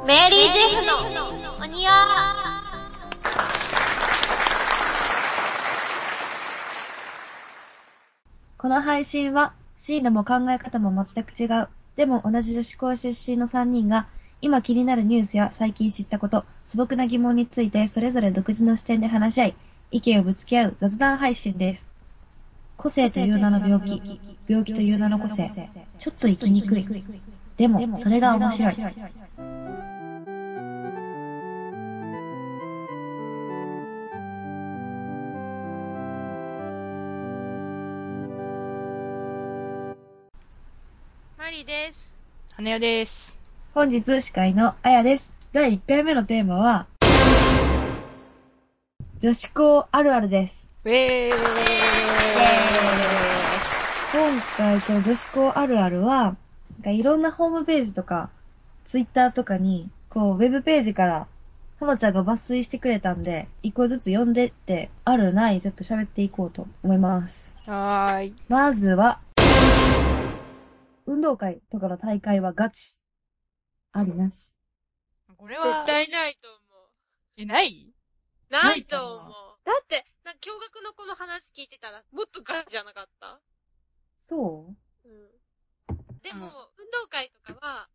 ェフのお庭。この配信は、シールも考え方も全く違う。でも同じ女子校出身の3人が、今気になるニュースや最近知ったこと、素朴な疑問についてそれぞれ独自の視点で話し合い、意見をぶつけ合う雑談配信です。個性という名の病気、病気という名の個性、ちょっと生きにくい。でも、それが面白い。マリです。花代です。本日司会のあやです。第1回目のテーマは、女子校あるあるです。ウェーイ今回、この女子校あるあるは、なんかいろんなホームページとか、ツイッターとかに、こう、ウェブページから、はまちゃんが抜粋してくれたんで、一個ずつ読んでって、あるない、ちょっと喋っていこうと思います。はーい。まずは、運動会とかの大会はガチ。ありなし。これは絶、対ないと思。え、ないいうないと思ないうと。だって、なんか驚愕の子の話聞いてたら、もっとガチじゃなかったそううん。でも、運動会とかは、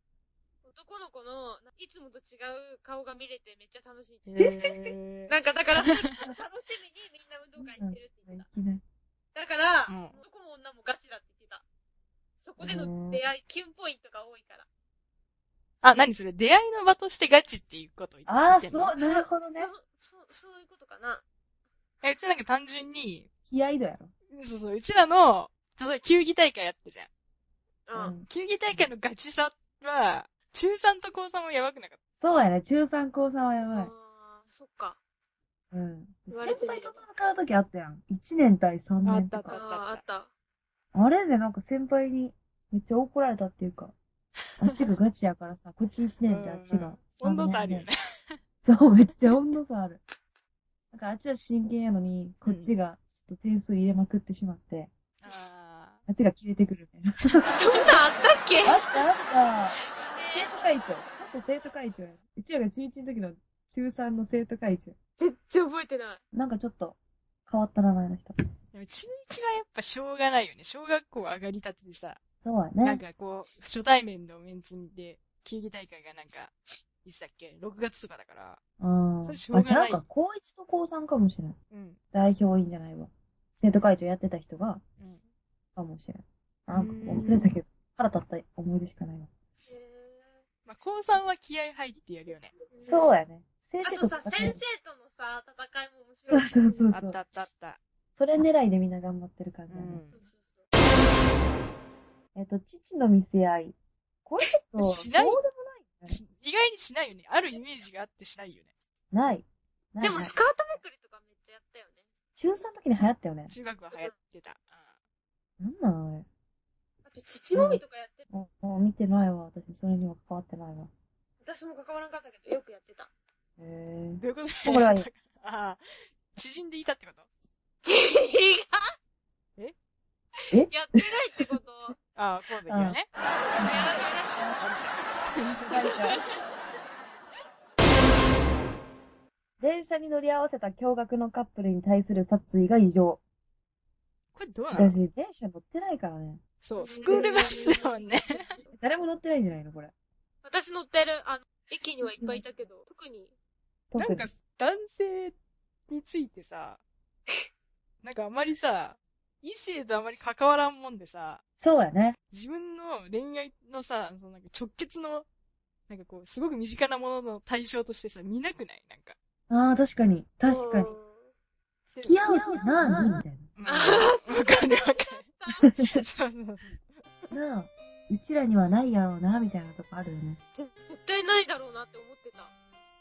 男の子の、いつもと違う顔が見れてめっちゃ楽しいって言ってた。なんかだから、楽しみにみんな運動会してるって言っていきなりた。だから、うん男も女もガチだって言ってた。そこでの出会い、キュンポイントが多いから。あ、何それ出会いの場としてガチっていうこと言ってああ、言ってそんのう、なるほどね。そのそう、そういうことかな。え、うちなんか単純に、気合いだやろ。そうそう、うちらの、例えば球技大会やったじゃん。うん。球技大会のガチさは、中3と高3もやばくなかっそうやね。中3、高3はやばいあ。ーそっか。うん。言われて先みれ輩とば戦うときあったやん。1年対3年とあったか。ああー、あった。あれでなんか先輩にめっちゃ怒られたっていうか、あっちがガチやからさ、こっち1年であっちが。た。温度差あるよね。そう、めっちゃ温度差ある。なんかあっちは真剣やのに、こっちがちょっと点数入れまくってしまって、ああっちが消えてくるみたいそんなんあったっけな。あったあった生徒会長。元生徒会長や。うちらが中1の時の中3の生徒会長。全然覚えてない。なんかちょっと変わった名前の人。ーでも中1がやっぱしょうがないよね。小学校上がりたてでさ、そうやなんね。かこう、初対面のメンツで、球技大会がなんか、いつだっけ ?6 月とかだから。うん。それしょうあ、がないじゃあなんか高1と高3かもしれない。うん。代表委員じゃないわ。生徒会長やってた人が、うん。かもしれない。なんかうーん忘れたけど、腹立った思い出しかないわ。まあ、高3は気合入ってやるよね。そうや。やね。先あ生とさ、戦先う生とのさ、戦いも面そ白うい。そうそうあそったう。あったあった。それ狙いでみんな頑張ってる感じうだね。ん。えっと、父の見せ合い。これちょっと、しないどうでもし意外にしないよね。あるイメージがあってしないよね。ない。ない。ないでも、ないスカートめくりとかめっちゃやったよね。中3の時に流行ったよね。中学は流行ってた。なんなのあれ。あと、父もみとかやってる。もうもう見てないわ。私、それには関わってないわ。私も関わらんかったけど、よくやってた。へえうん。。どういうことほらああ。縮んでいたってこと違うええやってないってことああ、こうだよやらね。ないやらないあるちゃ電車に乗り合わせた驚愕のカップルに対する殺意が異常。ん。これどうなの私、電車乗ってないからね。そう、スクールバスだもんね。。誰も乗ってないんじゃないのこれ。私乗ってる。あの、駅にはいっぱいいたけど、特に。特なにんか、男性についてさ、なんかあまりさ、異性とあまり関わらんもんでさ、そうやね。自分の恋愛のさ、そのなんか直結の、なんかこう、すごく身近なものの対象としてさ、見なくないなんか。ああ、確かに。確かにう。ん。付付き合う気なにみたいうんわかるわかる。そうそうそう。な。なあ、うちらにはないやろうな、みたいなとこあるよね。絶対ないだろうなって思ってた。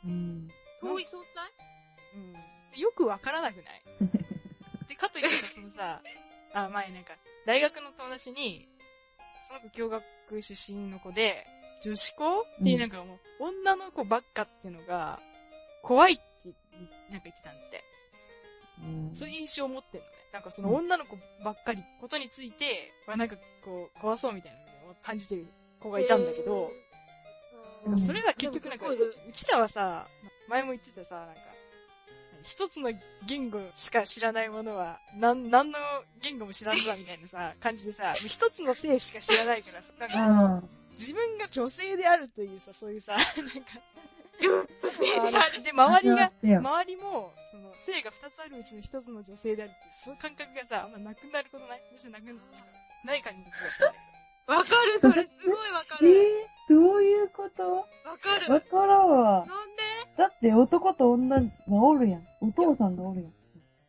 うん。遠い存在うんでよくわからなくないで、かといってさ、そのさ、あ、前なんか、大学の友達に、その子共学出身の子で、女子校っていうなんかもう、女の子ばっかっていうのが、怖いって、なんか言ってたんだって。うんそういう印象を持ってんのね。なんかその女の子ばっかりことについて、はなんかこう、怖そうみたいなのを感じてる子がいたんだけど、えーなんかそれは結局なんか、でもうちらはさ、前も言ってたさ、なんか、一つの言語しか知らないものは、なん、何の言語も知らんぞみたいなさ、感じで さ、もう一つの性しか知らないからさ、なんか、あ自分が女性であるというさ、そういうさ、あなんか、あれで、周りが、周りも、その、性が二つあるうちの一つの女性であるっていう、その感覚がさ、あんまなくなることないむしろなくなる。ない感じがしたんだわかる、それすごいわかえーる。、どういうことわかる。なわんでからんわ。だって男と女がおるやん。お父さんがおるやいん。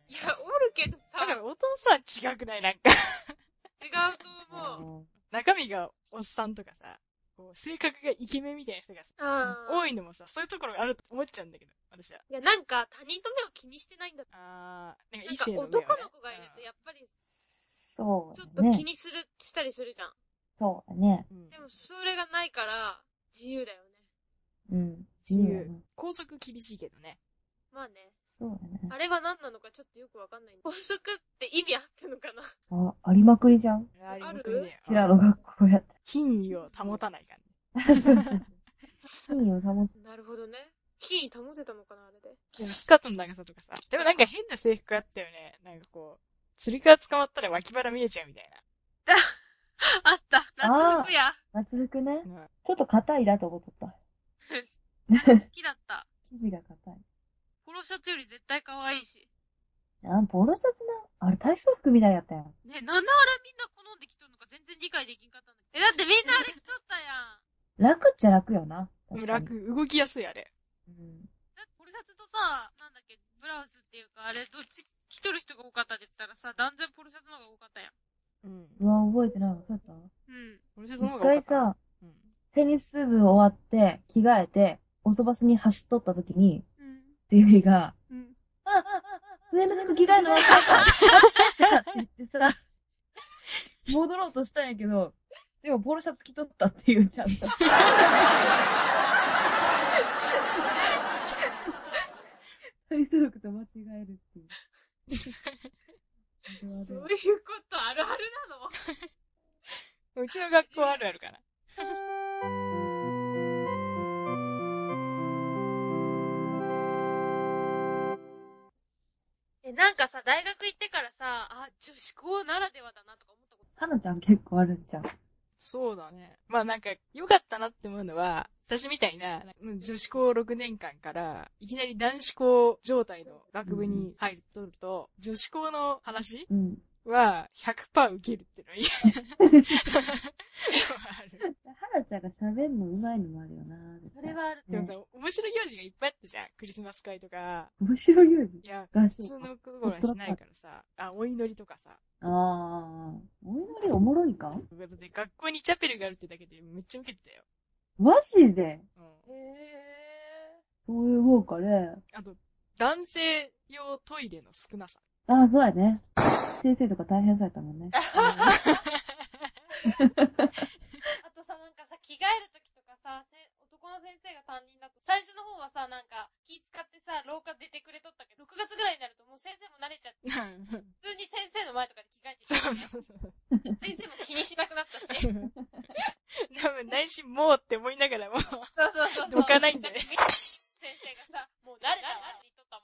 や、おるけどさ、けど。だ違から、お父さん違くないなんか。うと思う。あ中身がおっさんとかさ、こう性格がイケメンみたいな人がさうん。多いのもさ、そういうところがあると思っちゃうんだけど、私は。いや、なんか他人と目を気にしてないんだ。あー、なんかなん異か性の男目をねの子がいると、やっぱり、そうちょっだと気ね。にする、したりするじゃん。そうだね。うんでも、それがないから、自由だよね。うん。自いいよ由ね。拘束厳しいけどね。まあね。そうだね。あれは何なのかちょっとよくわかんない。法則って意味あってんのかなあ、ありまくりじゃん。うありるまくりだよちらの学校や って。品位を保たない感じ。品位を保つ。なるほどね。品位保てたのかなあれで。でもスカートの長さとかさ。でもなんか変な制服あったよね。なんかこう、釣りから捕まったら脇腹見えちゃうみたいあった夏服や夏服ね。な。うんちょっと硬いなと思っとった。好きだった。生地が硬い。ポロシャツより絶対可愛いし。あ、ポロシャツな。あれ体操服みたいやったやん。ね、なんであれみんな好んで着とるのか全然理解できんかったんだけど。え、だってみんなあれ着とったやん。楽っちゃ楽よな。確かに。楽、動きやすいあれ。うん。だってポロシャツとさ、なんだっけ、ブラウスっていうか、あれどっち着とる人が多かったって言ったらさ、断然ポロシャツの方が多かったやん。うん。うわ、覚えてないわ。そうやっうん。俺たちたの方一が多か回ったなさ、うんテニス部終わって、着替えて、おそばすに走っとった時に、うん。デビ が、うん。あ、上の服着替えるの忘れた。って言ってさ、戻ろうとしたんやけど、でもポロシャツ着とったっていうちゃんと。体操服と間違えるって いう。そういうことあるあるなのうちの学校あるあるかな。え、なんかさ、大学行ってからさ、あ、女子校ならではだなとか思ったこと。はなちゃん結構あるんちゃうそうだね。まあなんか、良かったなって思うのは、私みたいな、うん女子校6年間から、いきなり男子校状態の学部に入っとると、女子校の話うん。は100%受けるってのは言うある。はなちゃんが喋るの上手いのもあるよな。それはある。でもねさ、面白い行事がいっぱいあったじゃん。クリスマス会とか。面白いよね。いや、合普通唱。の頃はしないからさ、あ、お祈りとかさ。ああ、お祈りおもろいかだって学校にチャペルがあるってだけでめっちゃ受けてたよ。マジでうん。へそういう方かね。あと、男性用トイレの少なさ。ああ、そうやね。先生とか大変そうやったもんね。ー。あとさ、なんかさ、着替えるときとかさ、せ男の先生が担任だと、最初の方はさ、なんか、気使ってさ、廊下出てくれとったけど、6月ぐらいになるともう先生も慣れちゃって、普通に先生の前とかで着替えてきそて、うそうそう。先生も気にしなくなったし。そう多分内心もうって思いながらも、そうそうどかないんだよね。先生がさ、もう慣れたわって言っとった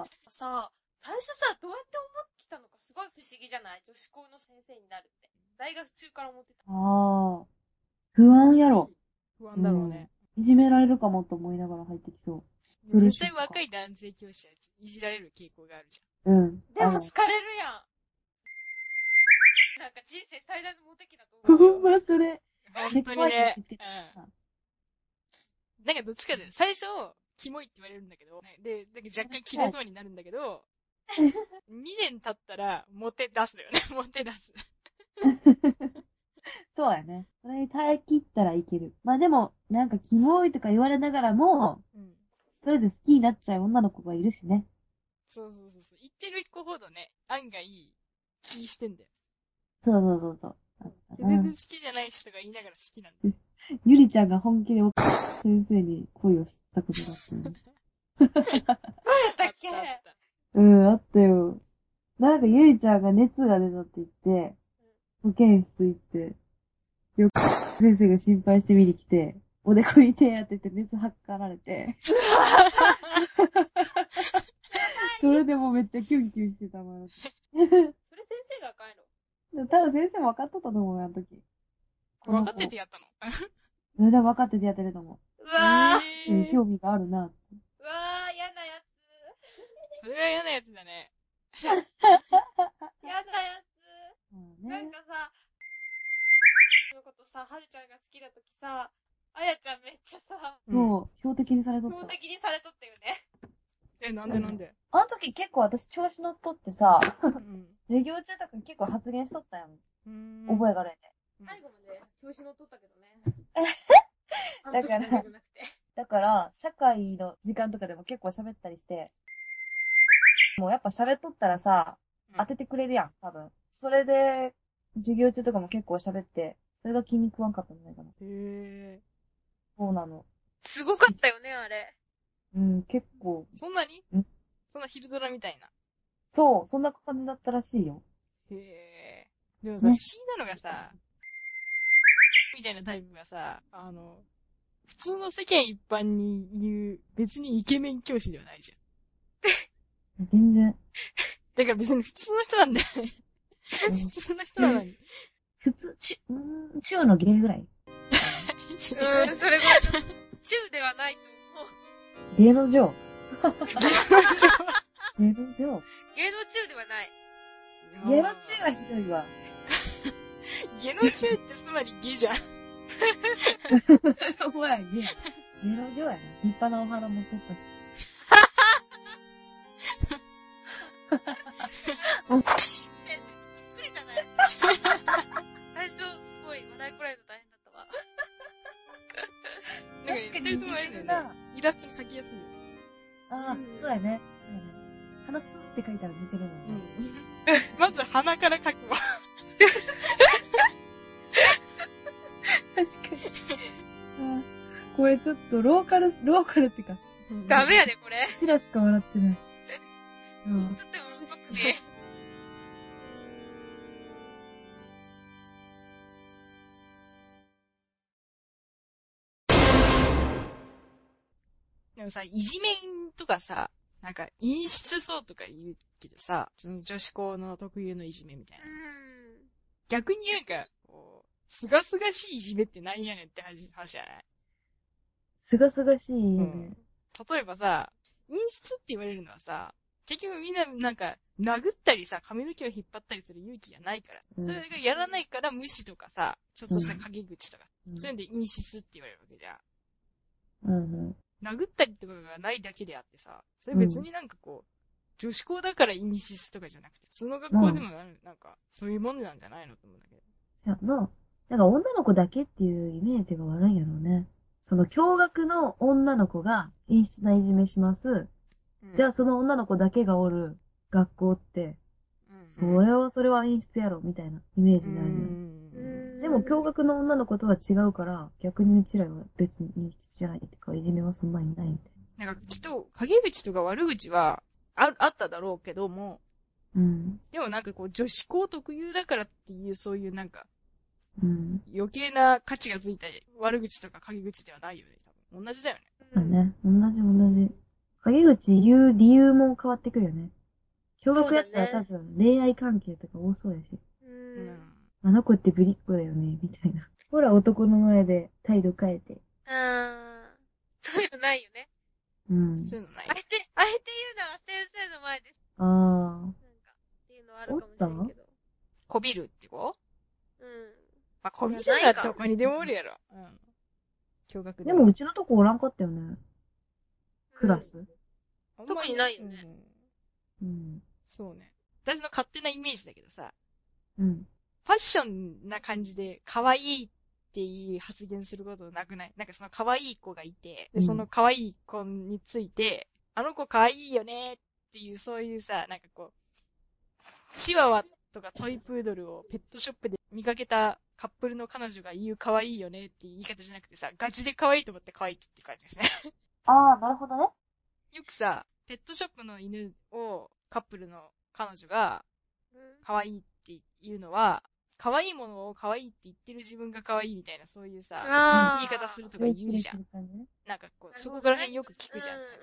もん。そう。さ、最初さ、どうやって思ってきたのかすごい不思議じゃない女子校の先生になるって。大学中から思ってた。ああ。不安やろ。不安だろうね。いじめられるかもと思いながら入ってきそうん実際若い男性教師はいじられる傾向があるじう。うん。でもあの好かれるやん。なんか人生最大のモテ期だと思ほんうよ。まそれ。ゃん。本当にね。うん。なんかどっちかで、最初、キモいって言われるんだけど、ねで、なんか若干切れそうになるんだけど、2年経ったら、モテ出すよね。 モテ出す。そうやね。それに耐え切ったらいける。まあでも、なんかキモいとか言われながらも、うん。それで好きになっちゃう女の子がいるしね。そうそうそうそう。言ってる子ほどね、案外、気してんだよ。そうそうそうそう。でう全然ん好きじゃない人が言いながら好きなんだよゆりちゃんが本気でお先生に恋をしたことがあったよね。そうだっけあったあったうん、あったよ。なんかゆりちゃんが熱が出たって言って、保健室行って、よく先生が心配して見に来て、おでこに手当てて熱測られ て。それでもうめっちゃキュンキュンしてたもん。それ先生があかんやろ。でも多分先生も分かっとったと思うよ、あの時。分かっててやったの。うん、でも分かっててやってると思うわぁ、う。うん、興味があるな。うわぁ、嫌なやそれは嫌なやつだね。つ。嫌なやつ。うんなねん。かさ、のことさ、はるちゃんが好きだときさ、あやちゃんめっちゃさ、そう、標的にされとっ標た。的にされとったよね。え、なんでなんであの時結構私調子乗っとってさ、うん。授業中とか結構発言しとったやん。うん 覚えがれて。最後まで調子乗っとったけど ね。あのだ時からだけじゃなくて。だから、社会の時間とかでも結構喋ったりして、もうやっぱ喋っとったらさ、うん当ててくれるやん、多分。それで、授業中とかも結構喋って、それが気に食わんかったんじゃないかな。へえ。そうなの。すごかったよね、あれ。うん、結構、そんなにうんそんな昼ドラみたいな。そう、そんな感じだったらしいよ。へえ。でもさ、不思ね議なのがさ、みたいなタイプがさ、あの、普通の世間一般に言う、別にイケメン教師ではないじゃん。全然。だから別に普通の人なんだようね。ん普通の人な のに。普通、ち、うーん、中の芸ぐらい。うん、それぐらいの。 中ではないと思う。芸能上。そ芸能上。芸能中ではない。う芸能中はひどい わ。ゲノ中ってつまりゲじゃん。お前、芸芸能上やな。立派なお花も取ったし。びっくりじゃ ない最初、すごい笑いくらいの大変だったわ。なんか二人ともあれだよね。イラストに描きやすいよ。ああ、そうだね。そうだね花って書いたら似てるもんね。うん。 まず鼻から描くわ。確かに。あーこれちょっとローカル、ローカルってか、ダメやで、これ。うちらしか笑ってない。うとん。ってもうまくね。でもさ、いじめんとかさ、なんか、陰湿そうとか言うけどさ、その女子校の特有のいじめみたいな。う逆に言うか、こう、すがすがしいいじめってなんやねんって話話じゃないすがすがしいようねん。例えばさ、陰湿って言われるのはさ、結局みんななんか、殴ったりさ、髪の毛を引っ張ったりする勇気がないから。うんそれがやらないから無視とかさ、ちょっとした陰口とか、うんそういうので陰湿って言われるわけじゃん。うん殴ったりとかがないだけであってさ、それ別になんかこう、女子校だから陰湿とかじゃなくて、普通の学校でもなる、なんか、そういうもんなんじゃないのと思うんだけど。うん。やな、なんか女の子だけっていうイメージが悪いんやろうね。その驚愕の女の子が陰湿ないじめします。じゃあその女の子だけがおる学校って、そうん、れはそれは陰湿やろみたいなイメージうになるよね。ん。んでも、驚愕の女の子とは違うから、逆にうちらは別にいい質じゃないっていうか、いじめはそんなにないみたいなんかきっと、陰口とか悪口はあ、あっただろうけども、な。うん。でもなんかこう、女子校特有だからっていう、そういうなんか、うん。余計な価値がついた悪口とか陰口ではないよね。多分同じだよね。そうね。同じ同じ。陰口言う理由も変わってくるよね。驚愕やったらそうだね多分恋愛関係とか多そうやし、うん。うん。あの子ってぶりっ子だよね、みたいな。ほら、男の前で態度変えて。あーそういうのないよね。うん。そういうのないあえ。て、あえて言うなら先生の前です。ああ。なんか、っていうのはあるかもしれんけど。こびるってこうん。まあ、こびるならどこにでもおるやろ。うん。驚愕でも、うちのとこおらんかったよね。クラス。あんまり特にないよねうんうん。そうね。私の勝手なイメージだけどさ、うん。ファッションな感じで、可愛いっていう発言することなくないなんかその可愛い子がいて、うで、んその可愛い子について、あの子可愛いよねっていう、そういうさ、なんかこう、チワワとかトイプードルをペットショップで見かけたカップルの彼女が言う可愛いよねっていう言い方じゃなくてさ、ガチで可愛いと思って可愛いって言ってる感じがしないああ、なるほどね。 よくさ、ペットショップの犬をカップルの彼女がうん。可愛いっていうのは、可愛いものを可愛いって言ってる自分が可愛いみたいな、そういうさ、あ言い方するとか言うじゃん。ん。なんかこなう、るそほどねこら辺よく聞くじゃん。なんか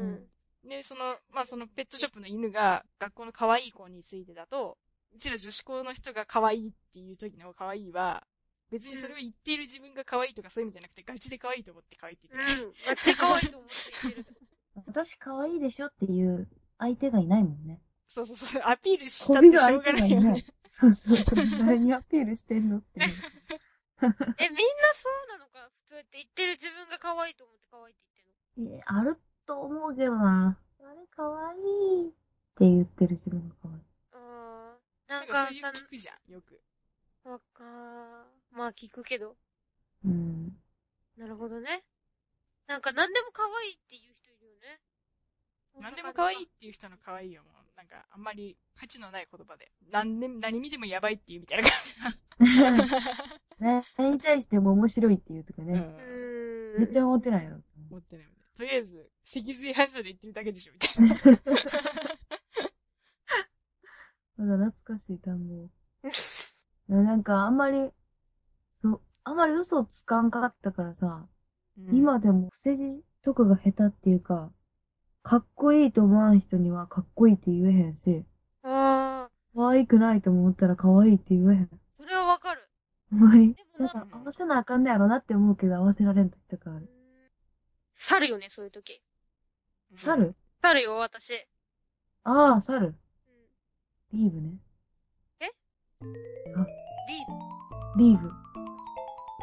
うん。うんで、その、まあ、そのペットショップの犬が学校の可愛い子についてだと、うちら女子校の人が可愛いっていう時の可愛いは、別にそれを言っている自分が可愛いとかそういう意味じゃなくて、ガチで可愛いと思って可愛いって言ってる。うん。めっちゃ可愛いと思っていける。私可愛いでしょっていう相手がいないもんね。そうそうそう、アピールしたこっびてるしょ相うが手ながいいよなねい。。そうそうそう。誰にアピールしてんのっていう。え、みんなそうなのかそうやって言ってる自分が可愛いと思って可愛いって言ってるのえーあると思うけどな。あれ可愛いって言ってる自分が可愛い。あーななんんかかそういさう、聞くじゃん、よく。わかーまあ聞くけど。うん。なるほどね。なんか何でも可愛いっていう人いるよね。何でも可愛いっていう人の可愛いはもう、なんかあんまり価値のない言葉で、何でも、何見てもやばいっていうみたいなね、何に対しても面白いっていうとか感じ。ね。ううんーん。絶対思ってないやろ。思ってないみたいな。とりあえず、脊髄反射で言ってるだけでしょ、みたいな。まだ懐かしい単語。でもなんかあんまり、そう、あんまり嘘をつかんかったからさ、今でも伏せ字とかが下手っていうか、かっこいいと思わん人にはかっこいいって言えへんし、ああ、可愛くないと思ったら可愛いって言えへん。それはわかる。ほんまに。でなもんなんか合わせなあかんねやろなって思うけど合わせられん時とかある。去るよね、そういう時。うん、猿去るよ、私。ああ、猿。うん、リーブね。ビーリーブ。ル、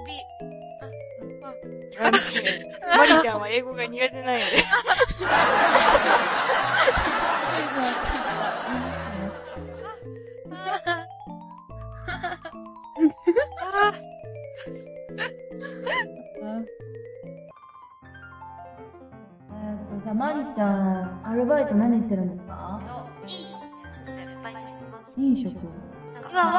ビール。あ、あ、マリちゃん。マリちゃんは英語が苦手なんやで。ああじゃあ、マリちゃん、アルバイト何してるんですかのいい職でバイトしてます。いい職。なんか今は、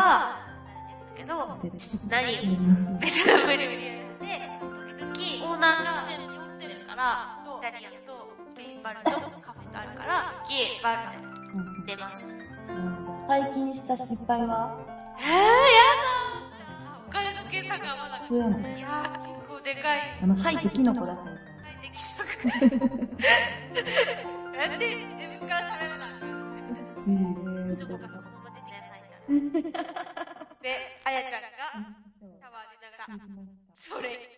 あれなんだけど、何ベトナム料理屋で、時ー、々、オーナーがってるから、イタリアンとスペインバルとカフェとあるから、ゲーバルみたいに出ます。最近した失敗はえー、やお金の計算が合わなかっこれなんだた。いやー、結構でかい。あの、吐いてキノコ出したやでき そうか。なんで、自分から喋らない。つ。うんどこかそのまま出てきてないから。で、あやちゃんが、シャワーで流れた。それ、